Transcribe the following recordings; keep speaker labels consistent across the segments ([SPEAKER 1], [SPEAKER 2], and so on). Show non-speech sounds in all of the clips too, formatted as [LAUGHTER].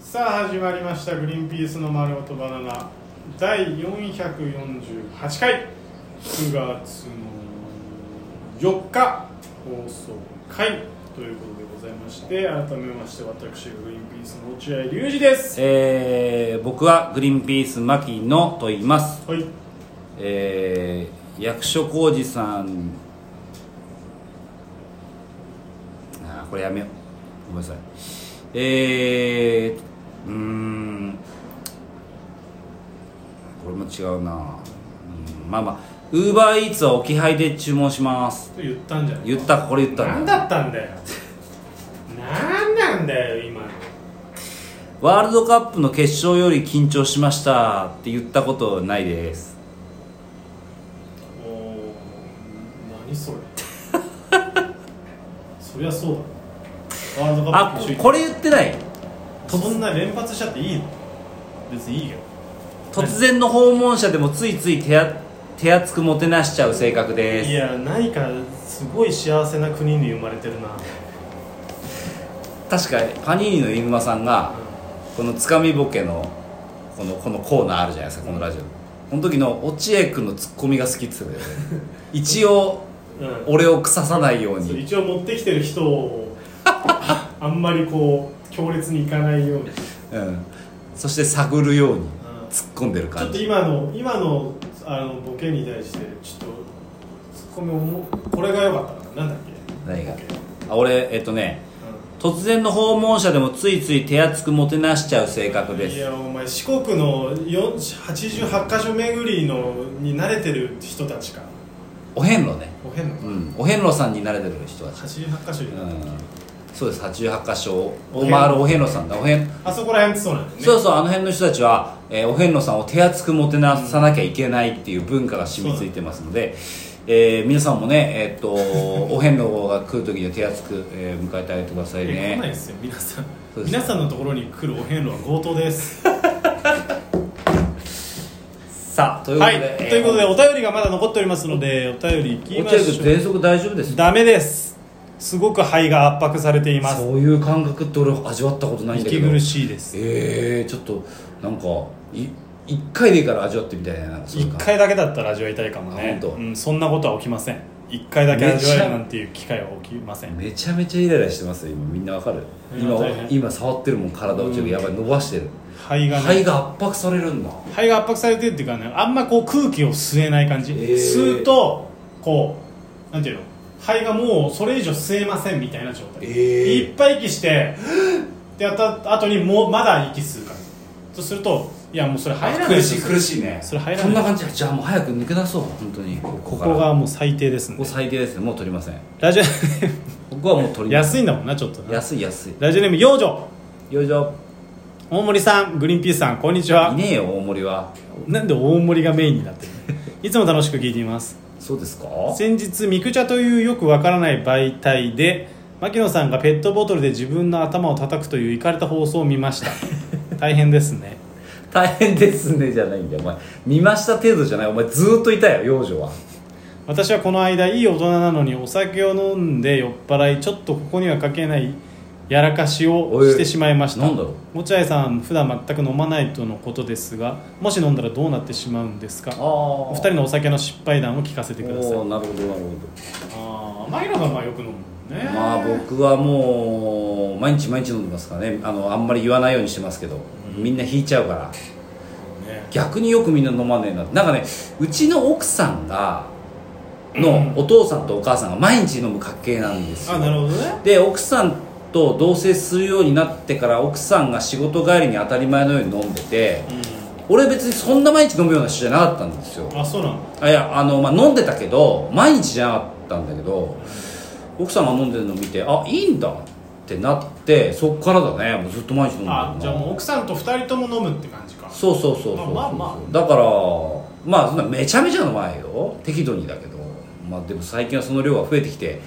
[SPEAKER 1] さあ始まりました「グリーンピースの丸ごとバナナ」第448回9月の4日放送回ということでございまして改めまして私グリーンピースの落合隆二です
[SPEAKER 2] えー僕はグリーンピース牧野と言います、
[SPEAKER 1] はい
[SPEAKER 2] えー役所広司さんあーこれやめようごめんなさいえー、うーんこれも違うな、うん、まあまあウーバーイーツは置き配で注文します
[SPEAKER 1] と言ったんじゃない
[SPEAKER 2] 言ったこれ言った
[SPEAKER 1] 何だったんだよ何なんだよ今の
[SPEAKER 2] ワールドカップの決勝より緊張しましたって言ったことないです
[SPEAKER 1] おー何
[SPEAKER 2] [LAUGHS]
[SPEAKER 1] それそりゃそうだワールドカッ
[SPEAKER 2] あ
[SPEAKER 1] プ中
[SPEAKER 2] これ言ってない
[SPEAKER 1] そんな連発しちゃっていいの別にいいよ
[SPEAKER 2] 突然の訪問者でもついつい手や手厚くもてなしちゃう性格で
[SPEAKER 1] い
[SPEAKER 2] す
[SPEAKER 1] や何かすごい幸せな国に生まれてるな、
[SPEAKER 2] 確かパニーニの飯沼さんがこのつかみボケのこのこのコーナーあるじゃないですかこのラジオこの時の落合君のツッコミが好き
[SPEAKER 1] [LAUGHS]
[SPEAKER 2] っつってたよね一応
[SPEAKER 1] うん
[SPEAKER 2] 俺を腐さないよう
[SPEAKER 1] そう
[SPEAKER 2] に
[SPEAKER 1] 一応持ってきてる人をあ [LAUGHS] んまりこう強烈にいかないように、うん
[SPEAKER 2] うんそして探るように突っ込んでる
[SPEAKER 1] ちょっ
[SPEAKER 2] 感
[SPEAKER 1] と
[SPEAKER 2] じ
[SPEAKER 1] 今の今のあのボケに対してちょっとツッコミをもこれが良かったななんだっけ
[SPEAKER 2] 何が
[SPEAKER 1] ボケ
[SPEAKER 2] あ俺えっとね突然の訪問者でもついつい手厚くもてなしちゃう性格
[SPEAKER 1] うん
[SPEAKER 2] で
[SPEAKER 1] い
[SPEAKER 2] す
[SPEAKER 1] やお前四国のよん88箇所巡りのに慣れてる人たちか
[SPEAKER 2] お遍路ね
[SPEAKER 1] お変な
[SPEAKER 2] うんお遍路さんに慣れてる人たち
[SPEAKER 1] 88箇所になった、
[SPEAKER 2] そうです88箇所を回るお遍路さんだお遍
[SPEAKER 1] あそこら辺ってそうなんだよね
[SPEAKER 2] そうそうあの辺の人たちは、えーお遍路さんを手厚くもてなさなきゃいけないっていう文化が染みついてますので、えー皆さんもね、えーっと [LAUGHS] お遍路が来る時には手厚く、えー迎えてあげてください
[SPEAKER 1] え来ない
[SPEAKER 2] ね
[SPEAKER 1] ですよ皆さん
[SPEAKER 2] そうです
[SPEAKER 1] 皆さんのところに来るお遍路は強盗です
[SPEAKER 2] さあというこ
[SPEAKER 1] は
[SPEAKER 2] とで、
[SPEAKER 1] い
[SPEAKER 2] えー
[SPEAKER 1] ということでお便りがまだ残っておりますのでお便りいき
[SPEAKER 2] お
[SPEAKER 1] ま
[SPEAKER 2] 茶屋
[SPEAKER 1] し
[SPEAKER 2] 君
[SPEAKER 1] ょう
[SPEAKER 2] 喘息大丈夫です
[SPEAKER 1] ダメですすごく肺が圧迫されています
[SPEAKER 2] そういう感覚って俺味わったことないんだけ
[SPEAKER 1] 息
[SPEAKER 2] ど
[SPEAKER 1] 苦しいです
[SPEAKER 2] えー、ちょっとなんかい1回でいいから味わってみたいななんかそういう
[SPEAKER 1] 一
[SPEAKER 2] 感じ
[SPEAKER 1] 回だけだったら味わいたいかも
[SPEAKER 2] あ
[SPEAKER 1] ね
[SPEAKER 2] 本当
[SPEAKER 1] うんそんなことは起きません一回だけ味わえるなんていう機会は起きません
[SPEAKER 2] めちゃめちゃイライラしてますよ今みんなわかる
[SPEAKER 1] 今
[SPEAKER 2] 今
[SPEAKER 1] 大変
[SPEAKER 2] 今触ってるもん体をちょっとやばい伸ばしてる
[SPEAKER 1] 肺が
[SPEAKER 2] 肺
[SPEAKER 1] ね
[SPEAKER 2] が圧迫されるんだ
[SPEAKER 1] 肺が圧迫されてるっていうかねあんまこう空気を吸えない感じ、
[SPEAKER 2] えー
[SPEAKER 1] 吸うとこうなんていうの肺がもうそれ以上吸えませんみたいな状態、
[SPEAKER 2] えー
[SPEAKER 1] いっぱい息して [GASPS] ってやった後にもうまだ息吸う感じそうするといやもうそれ入らない
[SPEAKER 2] 苦
[SPEAKER 1] で
[SPEAKER 2] し
[SPEAKER 1] す
[SPEAKER 2] い苦しいね
[SPEAKER 1] それ入らない
[SPEAKER 2] そんな感じじゃあもう早く抜け出そう本当にここ
[SPEAKER 1] こ
[SPEAKER 2] から
[SPEAKER 1] こがもう最低です
[SPEAKER 2] こ
[SPEAKER 1] ね
[SPEAKER 2] こ最低ですねもう取りません
[SPEAKER 1] ラジオ
[SPEAKER 2] 僕はもう取りま
[SPEAKER 1] 安
[SPEAKER 2] せん
[SPEAKER 1] いんだもんなちょっとな
[SPEAKER 2] 安い安い
[SPEAKER 1] ラジオネーム養女
[SPEAKER 2] よいしょ
[SPEAKER 1] 大森さんグリーンピースさんこんにちはい
[SPEAKER 2] ねえよ大森は
[SPEAKER 1] なんで大森がメインになってるのいつも楽しく聞いています
[SPEAKER 2] そうですか
[SPEAKER 1] 先日ミクチャというよくわからない媒体で牧野さんがペットボトルで自分の頭を叩くといういかれた放送を見ました
[SPEAKER 2] [LAUGHS]
[SPEAKER 1] 大変ですね
[SPEAKER 2] 大変ですねじゃないんだよお前見ました程度じゃないお前ずーっといたよ幼女は
[SPEAKER 1] 私はこの間いい大人なのにお酒を飲んで酔っ払いちょっとここには書けないやらかしをしてしまいました
[SPEAKER 2] なんだろう
[SPEAKER 1] 落合さん普段全く飲まないとのことですがもし飲んだらどうなってしまうんですか
[SPEAKER 2] あ
[SPEAKER 1] お二人のお酒の失敗談を聞かせてください
[SPEAKER 2] おーなるほどなるほど
[SPEAKER 1] ああ牧野さんはよく飲むもんね
[SPEAKER 2] まあ僕はもう毎日毎日飲んでますからねあのあんまり言わないようにしてますけど、みんな引いちゃうから
[SPEAKER 1] ね
[SPEAKER 2] 逆によくみんな飲まねえななんかねうちの奥さんが
[SPEAKER 1] うん
[SPEAKER 2] のお父さんとお母さんが毎日飲む家系なんですよ
[SPEAKER 1] あなるほどね
[SPEAKER 2] で奥さんと同棲するようになってから奥さんが仕事帰りに当たり前のように飲んでて俺別にそんな毎日飲むような人じゃなかったんですよ
[SPEAKER 1] うんあそうなんだ
[SPEAKER 2] あいやあの、まあ、飲んでたけど毎日じゃなかったんだけど奥さんが飲んでるのを見てあいいんだってなってそっからだねもうずっと毎日飲んでる
[SPEAKER 1] あ
[SPEAKER 2] な
[SPEAKER 1] じゃあもう奥さんと二人とも飲むって感じか
[SPEAKER 2] そうそうそうそうそう、
[SPEAKER 1] まあまあま
[SPEAKER 2] だからまあそんなめちゃめちゃの前よ適度にだけどまあでも最近はその量が増えてきて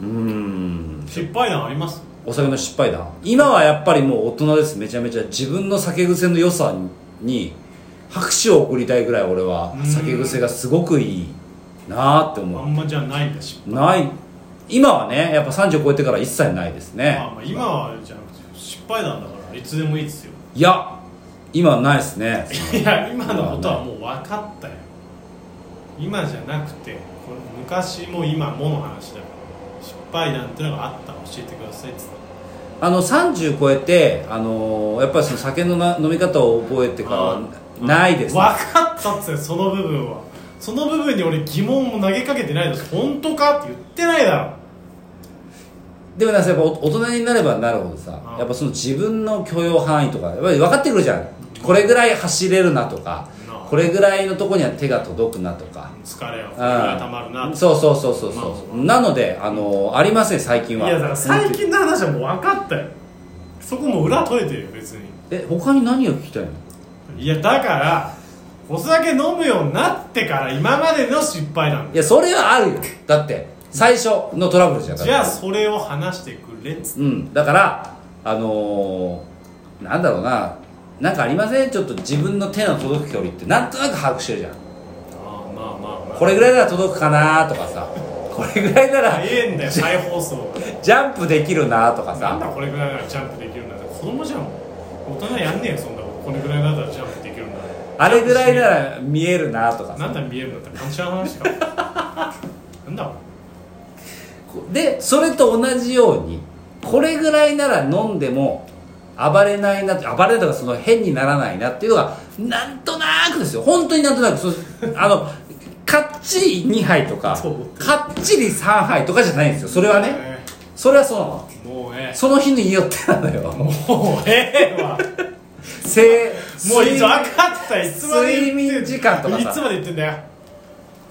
[SPEAKER 2] うーん
[SPEAKER 1] 失敗談あります
[SPEAKER 2] お酒の失敗だ今はやっぱりもう大人ですめちゃめちゃ自分の酒癖の良さに拍手を送りたいぐらい俺は
[SPEAKER 1] うん
[SPEAKER 2] 酒癖がすごくいいなあって
[SPEAKER 1] あ
[SPEAKER 2] 思
[SPEAKER 1] んまじゃないんだし、
[SPEAKER 2] うない今はねやっぱ30超えてから一切ないですね
[SPEAKER 1] まあ、まあ今はじゃなくて失敗談だからいつでもいいっすよ [LAUGHS]
[SPEAKER 2] いや今ないですね
[SPEAKER 1] いや今のことはもう分かったよ今じゃなくてこれ昔も今もの話だから失敗なんてのがあったら教えてくださいっつった
[SPEAKER 2] あの30超えて、あのーやっぱりその酒のな飲み方を覚えてからはないです、
[SPEAKER 1] 分かったっつよその部分はその部分に俺疑問を投げかけてないです本当かって言ってないだろ
[SPEAKER 2] でもなんかやっぱお大人になればなるほどさ、
[SPEAKER 1] うん
[SPEAKER 2] やっぱその自分の許容範囲とかやっぱり分かってくるじゃんこれぐらい走れるなとか
[SPEAKER 1] うん
[SPEAKER 2] これぐらいのとこには手が届くなとか、
[SPEAKER 1] 疲れは
[SPEAKER 2] うん
[SPEAKER 1] 溜まるなって
[SPEAKER 2] そうそうそうそうそう、なので、あのーありません最近
[SPEAKER 1] い
[SPEAKER 2] は
[SPEAKER 1] やだから最近の話はもう分かったよそこもう裏取れてるよ別に
[SPEAKER 2] え他に何を聞きたいの
[SPEAKER 1] いやだからお酒飲むようになってから今までの失敗なん
[SPEAKER 2] い
[SPEAKER 1] だよ
[SPEAKER 2] やそれはあるよだって最初のトラブルじゃんだって
[SPEAKER 1] じゃあそれを話してくれっつって
[SPEAKER 2] うん、だから、あのーなんだろうな、なんかありませんちょっと自分の手の届く距離って、なんとなく把握してるじゃん。
[SPEAKER 1] ああまあまあまあ
[SPEAKER 2] これぐらいなら届くかなとかさ、これぐらいなら
[SPEAKER 1] 早えんだよ再放送
[SPEAKER 2] [LAUGHS] ジャンプできるなとか
[SPEAKER 1] なんだ
[SPEAKER 2] さ、
[SPEAKER 1] これぐらいならジャンプできるんだって子供じゃん大人やんねえよそんなことこれぐらいならジャンプできるんだ
[SPEAKER 2] あれぐらいなら見えるなとかさ。
[SPEAKER 1] なんだ見えるんだって感じの話かなんだ
[SPEAKER 2] で、それと同じように、これぐらいなら飲んでも、暴れないなって暴れるとかその変にならないなっていうのがなんとなくですよ本当になんとなくそうあのかっちり2杯とか
[SPEAKER 1] そう
[SPEAKER 2] かっちり3杯とかじゃないんですよそれはね
[SPEAKER 1] ね
[SPEAKER 2] それはそうなの
[SPEAKER 1] もうえ
[SPEAKER 2] その日によってなのよ
[SPEAKER 1] えもうええわ
[SPEAKER 2] せ
[SPEAKER 1] もういい
[SPEAKER 2] 睡
[SPEAKER 1] 分かったいつまで言ってん
[SPEAKER 2] 睡眠時間とかさ
[SPEAKER 1] いつまで言ってんだよ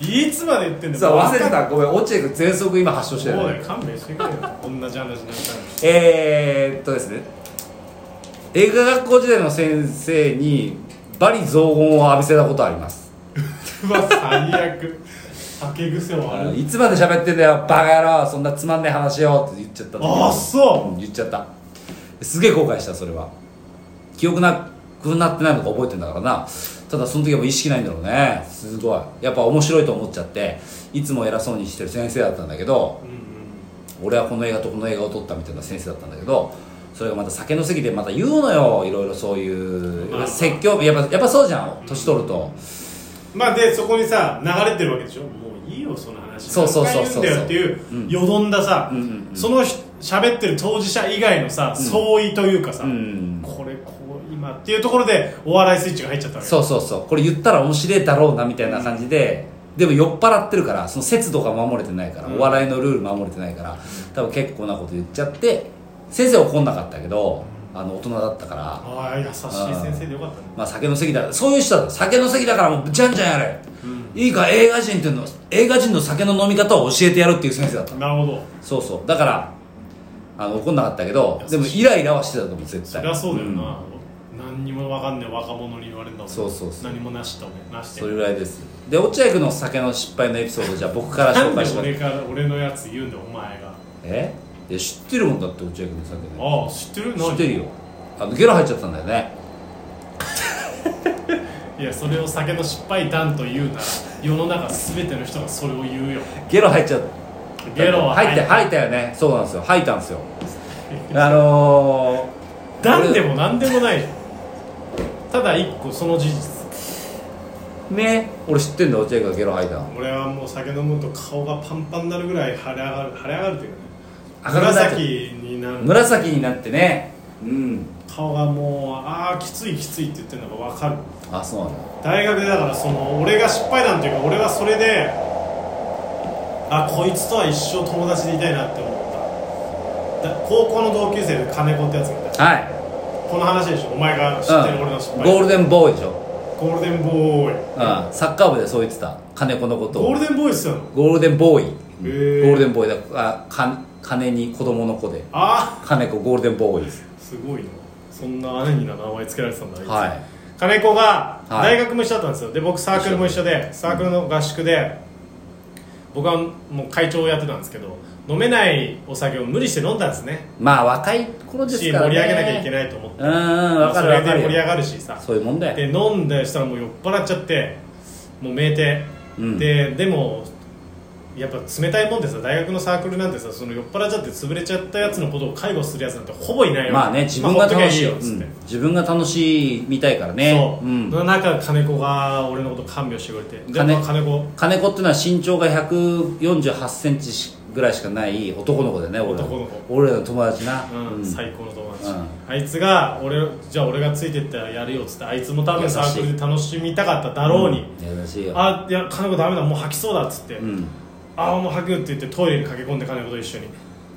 [SPEAKER 1] いつまで言ってんだよ
[SPEAKER 2] さあ忘れて
[SPEAKER 1] も
[SPEAKER 2] たごめん落ちてく喘息今発症してる
[SPEAKER 1] う
[SPEAKER 2] よ
[SPEAKER 1] だ
[SPEAKER 2] ね
[SPEAKER 1] よ勘弁してくれよこんなジャンルじゃなくたら
[SPEAKER 2] えー、っとですね映画学校時代の先生にバリ雑言を浴びせたことあります
[SPEAKER 1] うわ最悪酒癖はある
[SPEAKER 2] いつまで喋ってんだよバカ野郎そんなつまんねえ話をって言っちゃったんだけど
[SPEAKER 1] あそう
[SPEAKER 2] うん言っちゃったすげえ後悔したそれは記憶なくなってないのか覚えてんだからなただその時はもう意識ないんだろうねすごいやっぱ面白いと思っちゃっていつも偉そうにしてる先生だったんだけど
[SPEAKER 1] うんうん
[SPEAKER 2] 俺はこの映画とこの映画を撮ったみたいな先生だったんだけどそれがまた酒の席でまた言うのよいろいろそういう
[SPEAKER 1] まあまあ
[SPEAKER 2] 説教やっぱやっぱそうじゃん年取ると
[SPEAKER 1] まあでそこにさ流れてるわけでしょもういいよその話
[SPEAKER 2] そうそうそうそ
[SPEAKER 1] 何回言うん
[SPEAKER 2] う
[SPEAKER 1] だよっていう、
[SPEAKER 2] うん
[SPEAKER 1] よどんださ、
[SPEAKER 2] うんうんうん
[SPEAKER 1] そのひ喋ってる当事者以外のさ、相違というかさ、
[SPEAKER 2] うん
[SPEAKER 1] これこう今っていうところでお笑いスイッチが入っちゃったわけ
[SPEAKER 2] そうそうそうこれ言ったら面白いだろうなみたいな感じで、でも酔っ払ってるからその節度が守れてないから、
[SPEAKER 1] うん
[SPEAKER 2] お笑いのルール守れてないから多分結構なこと言っちゃって先生は怒んなかったけどあの大人だったから、
[SPEAKER 1] ああ優しい先生でよかったね、
[SPEAKER 2] まあ、酒の席だそういう人だ酒の席だからもうじゃんじゃんやれいいか映画人っていうの映画人の酒の飲み方を教えてやるっていう先生だった
[SPEAKER 1] なるほど
[SPEAKER 2] そうそうだからあの怒んなかったけど
[SPEAKER 1] 優しい
[SPEAKER 2] でもイライラはしてたと思う絶
[SPEAKER 1] そ
[SPEAKER 2] 対
[SPEAKER 1] りゃそうだよ
[SPEAKER 2] ん
[SPEAKER 1] な、何にも分かんない若者に言われるんだもん
[SPEAKER 2] そうそうそう
[SPEAKER 1] 何もなしともなして
[SPEAKER 2] それぐらいですで落合君の酒の失敗のエピソー
[SPEAKER 1] [LAUGHS]
[SPEAKER 2] ドじゃあ僕から
[SPEAKER 1] な
[SPEAKER 2] 紹
[SPEAKER 1] んで
[SPEAKER 2] 介します
[SPEAKER 1] 俺から俺のやつ言うんだよお前が
[SPEAKER 2] えいや知ってるもんだって落合君の
[SPEAKER 1] あ
[SPEAKER 2] 酒
[SPEAKER 1] あ知ってる
[SPEAKER 2] で知ってるよあのゲロ入っちゃったんだよね
[SPEAKER 1] いやそれを酒の失敗談と
[SPEAKER 2] [LAUGHS]
[SPEAKER 1] いうなら世の中全ての人がそれを言うよ
[SPEAKER 2] ゲロ入っちゃった
[SPEAKER 1] ゲロは
[SPEAKER 2] 入って
[SPEAKER 1] い
[SPEAKER 2] 入ったよねそうなんですよ入った
[SPEAKER 1] [LAUGHS]
[SPEAKER 2] んですよあのー、
[SPEAKER 1] 何で
[SPEAKER 2] も
[SPEAKER 1] も何でもないただ一個その事実
[SPEAKER 2] ね俺知ってんだ落合君がゲロ吐いたの
[SPEAKER 1] 俺はもう酒飲むと顔がパンパンになるぐらい腫れ上がる腫れ上がるというかね
[SPEAKER 2] 赤くなっちゃう
[SPEAKER 1] 紫になる
[SPEAKER 2] 紫になってねうん
[SPEAKER 1] 顔がもうああきついきついって言ってるのが分かる
[SPEAKER 2] あそうなんだ
[SPEAKER 1] 大学でだからその俺が失敗談というか俺はそれであこいつとは一生友達でいたいなって思っただ高校の同級生で金子ってやつがいた
[SPEAKER 2] は
[SPEAKER 1] この話でしょお前が知ってる俺の失
[SPEAKER 2] い、うん、
[SPEAKER 1] 敗、
[SPEAKER 2] ゴールデンボーイでしょ、
[SPEAKER 1] ゴールデンボーイ
[SPEAKER 2] うん、サッカー部でそう言ってた金子のことを
[SPEAKER 1] ゴールデンボーイっすよ
[SPEAKER 2] ゴールデンボーイ、
[SPEAKER 1] ー
[SPEAKER 2] ゴールデンボーイだあか金に子供の子で
[SPEAKER 1] あ
[SPEAKER 2] 金子ゴールデンボーイです
[SPEAKER 1] あすごいなそんな姉に名前つけられてたんだあいつ
[SPEAKER 2] はい
[SPEAKER 1] 金子が
[SPEAKER 2] はい
[SPEAKER 1] 大学も一緒だったんですよで僕サークルも一緒でサークルの合宿で僕はもう会長をやってたんですけど飲めないお酒を無理して飲んだんですね
[SPEAKER 2] まあ若い頃です
[SPEAKER 1] し
[SPEAKER 2] から
[SPEAKER 1] 盛
[SPEAKER 2] ね
[SPEAKER 1] り上げなきゃいけないと思って
[SPEAKER 2] うんうんわかるわか
[SPEAKER 1] それ
[SPEAKER 2] る
[SPEAKER 1] で盛り上
[SPEAKER 2] よ
[SPEAKER 1] がるしさ
[SPEAKER 2] そういうもんだよ
[SPEAKER 1] で飲んだりしたらもう酔っ払っちゃってもう酩酊、
[SPEAKER 2] うん
[SPEAKER 1] ででもやっぱ冷たいもんでさ大学のサークルなんてさその酔っ払っちゃって潰れちゃったやつのことを介護するやつなんてほぼいないよ
[SPEAKER 2] まあね自分が
[SPEAKER 1] まあほっときゃ
[SPEAKER 2] 楽しい,、
[SPEAKER 1] よっつって、
[SPEAKER 2] うん自分が楽しいみたいからね
[SPEAKER 1] そう、
[SPEAKER 2] ん
[SPEAKER 1] その中金子が俺のこと看病してくれてで
[SPEAKER 2] 金
[SPEAKER 1] まあ金子
[SPEAKER 2] 金子ってのは身長が1 4 8センチぐらいしかない男の子だよね俺ら
[SPEAKER 1] 男の子
[SPEAKER 2] 俺らの友達な、
[SPEAKER 1] うん
[SPEAKER 2] うん
[SPEAKER 1] 最高の友達、
[SPEAKER 2] うん
[SPEAKER 1] あいつが俺じゃあ俺がついてったらやるよっつってあいつも多
[SPEAKER 2] 優
[SPEAKER 1] 分
[SPEAKER 2] しい
[SPEAKER 1] サークルで楽しみたかっただろうに、
[SPEAKER 2] うん優しいよ
[SPEAKER 1] あいや金子ダメだもう吐きそうだっつって、
[SPEAKER 2] うん
[SPEAKER 1] ああもう吐くって言ってトイレに駆け込んで金子と一緒に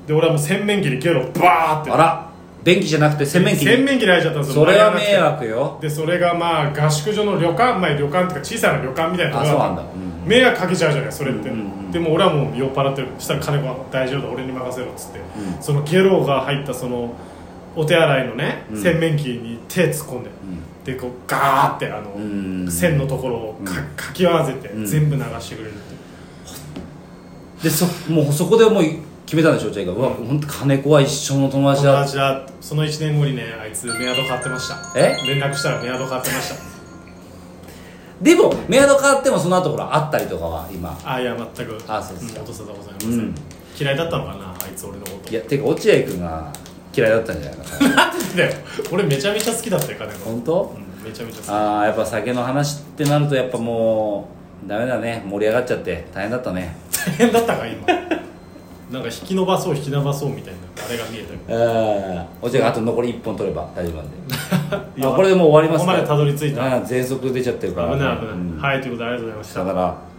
[SPEAKER 1] で俺はもう洗面器でゲロバーって
[SPEAKER 2] あら便器じゃなくて洗面器に
[SPEAKER 1] 洗面器で入っちゃったんですよ
[SPEAKER 2] それは
[SPEAKER 1] 前がなくて
[SPEAKER 2] 迷惑よ
[SPEAKER 1] でそれがまあ合宿所の旅館まあ旅館っていうか小さな旅館みたいなところ
[SPEAKER 2] あそうなんだうん
[SPEAKER 1] 迷惑かけちゃうじゃないそれって、
[SPEAKER 2] うんうんうん
[SPEAKER 1] でも俺はもう酔っ払ってるしたら金子は大丈夫だ俺に任せろっつって、そのゲロが入ったそのお手洗いのね、
[SPEAKER 2] うん
[SPEAKER 1] 洗面器に手突っ込んで、でこうガーってあの、
[SPEAKER 2] うん
[SPEAKER 1] 線のところをか,、
[SPEAKER 2] うん
[SPEAKER 1] かき合わせて、
[SPEAKER 2] うん
[SPEAKER 1] 全部流してくれるって
[SPEAKER 2] でそもうそこでもう決めたんでしょジェイがうわ本当金子は一生の友達
[SPEAKER 1] 友
[SPEAKER 2] だ
[SPEAKER 1] 達だその1年後にねあいつメアド買ってました
[SPEAKER 2] え
[SPEAKER 1] 連絡したらメアド買ってました
[SPEAKER 2] [LAUGHS] でもメアド変わってもその後ほらあったりとかは今
[SPEAKER 1] あいや全く
[SPEAKER 2] あそうですか
[SPEAKER 1] ん、音沙汰ございません、
[SPEAKER 2] うん
[SPEAKER 1] 嫌いだったのかなあいつ俺のこと
[SPEAKER 2] いやてか落合君が嫌いだったんじゃないかな
[SPEAKER 1] なんでだよ俺めちゃめちゃ好きだったよ金子、
[SPEAKER 2] 本当
[SPEAKER 1] うん、めちゃめちゃ好き
[SPEAKER 2] ああやっぱ酒の話ってなるとやっぱもうダメだね盛り上がっちゃって大変だったね
[SPEAKER 1] 大変だったか今なんか引き伸ばそう引き伸ばそうみたいなあれが見えたよ
[SPEAKER 2] うんおじゃあと残り1本取れば大丈夫なんで
[SPEAKER 1] いや
[SPEAKER 2] あこれでもう終わります
[SPEAKER 1] ここまでたどり着いた
[SPEAKER 2] うん全速出ちゃってる
[SPEAKER 1] 危
[SPEAKER 2] から
[SPEAKER 1] ない危ない、
[SPEAKER 2] うん
[SPEAKER 1] はいということでありがとうございました
[SPEAKER 2] だから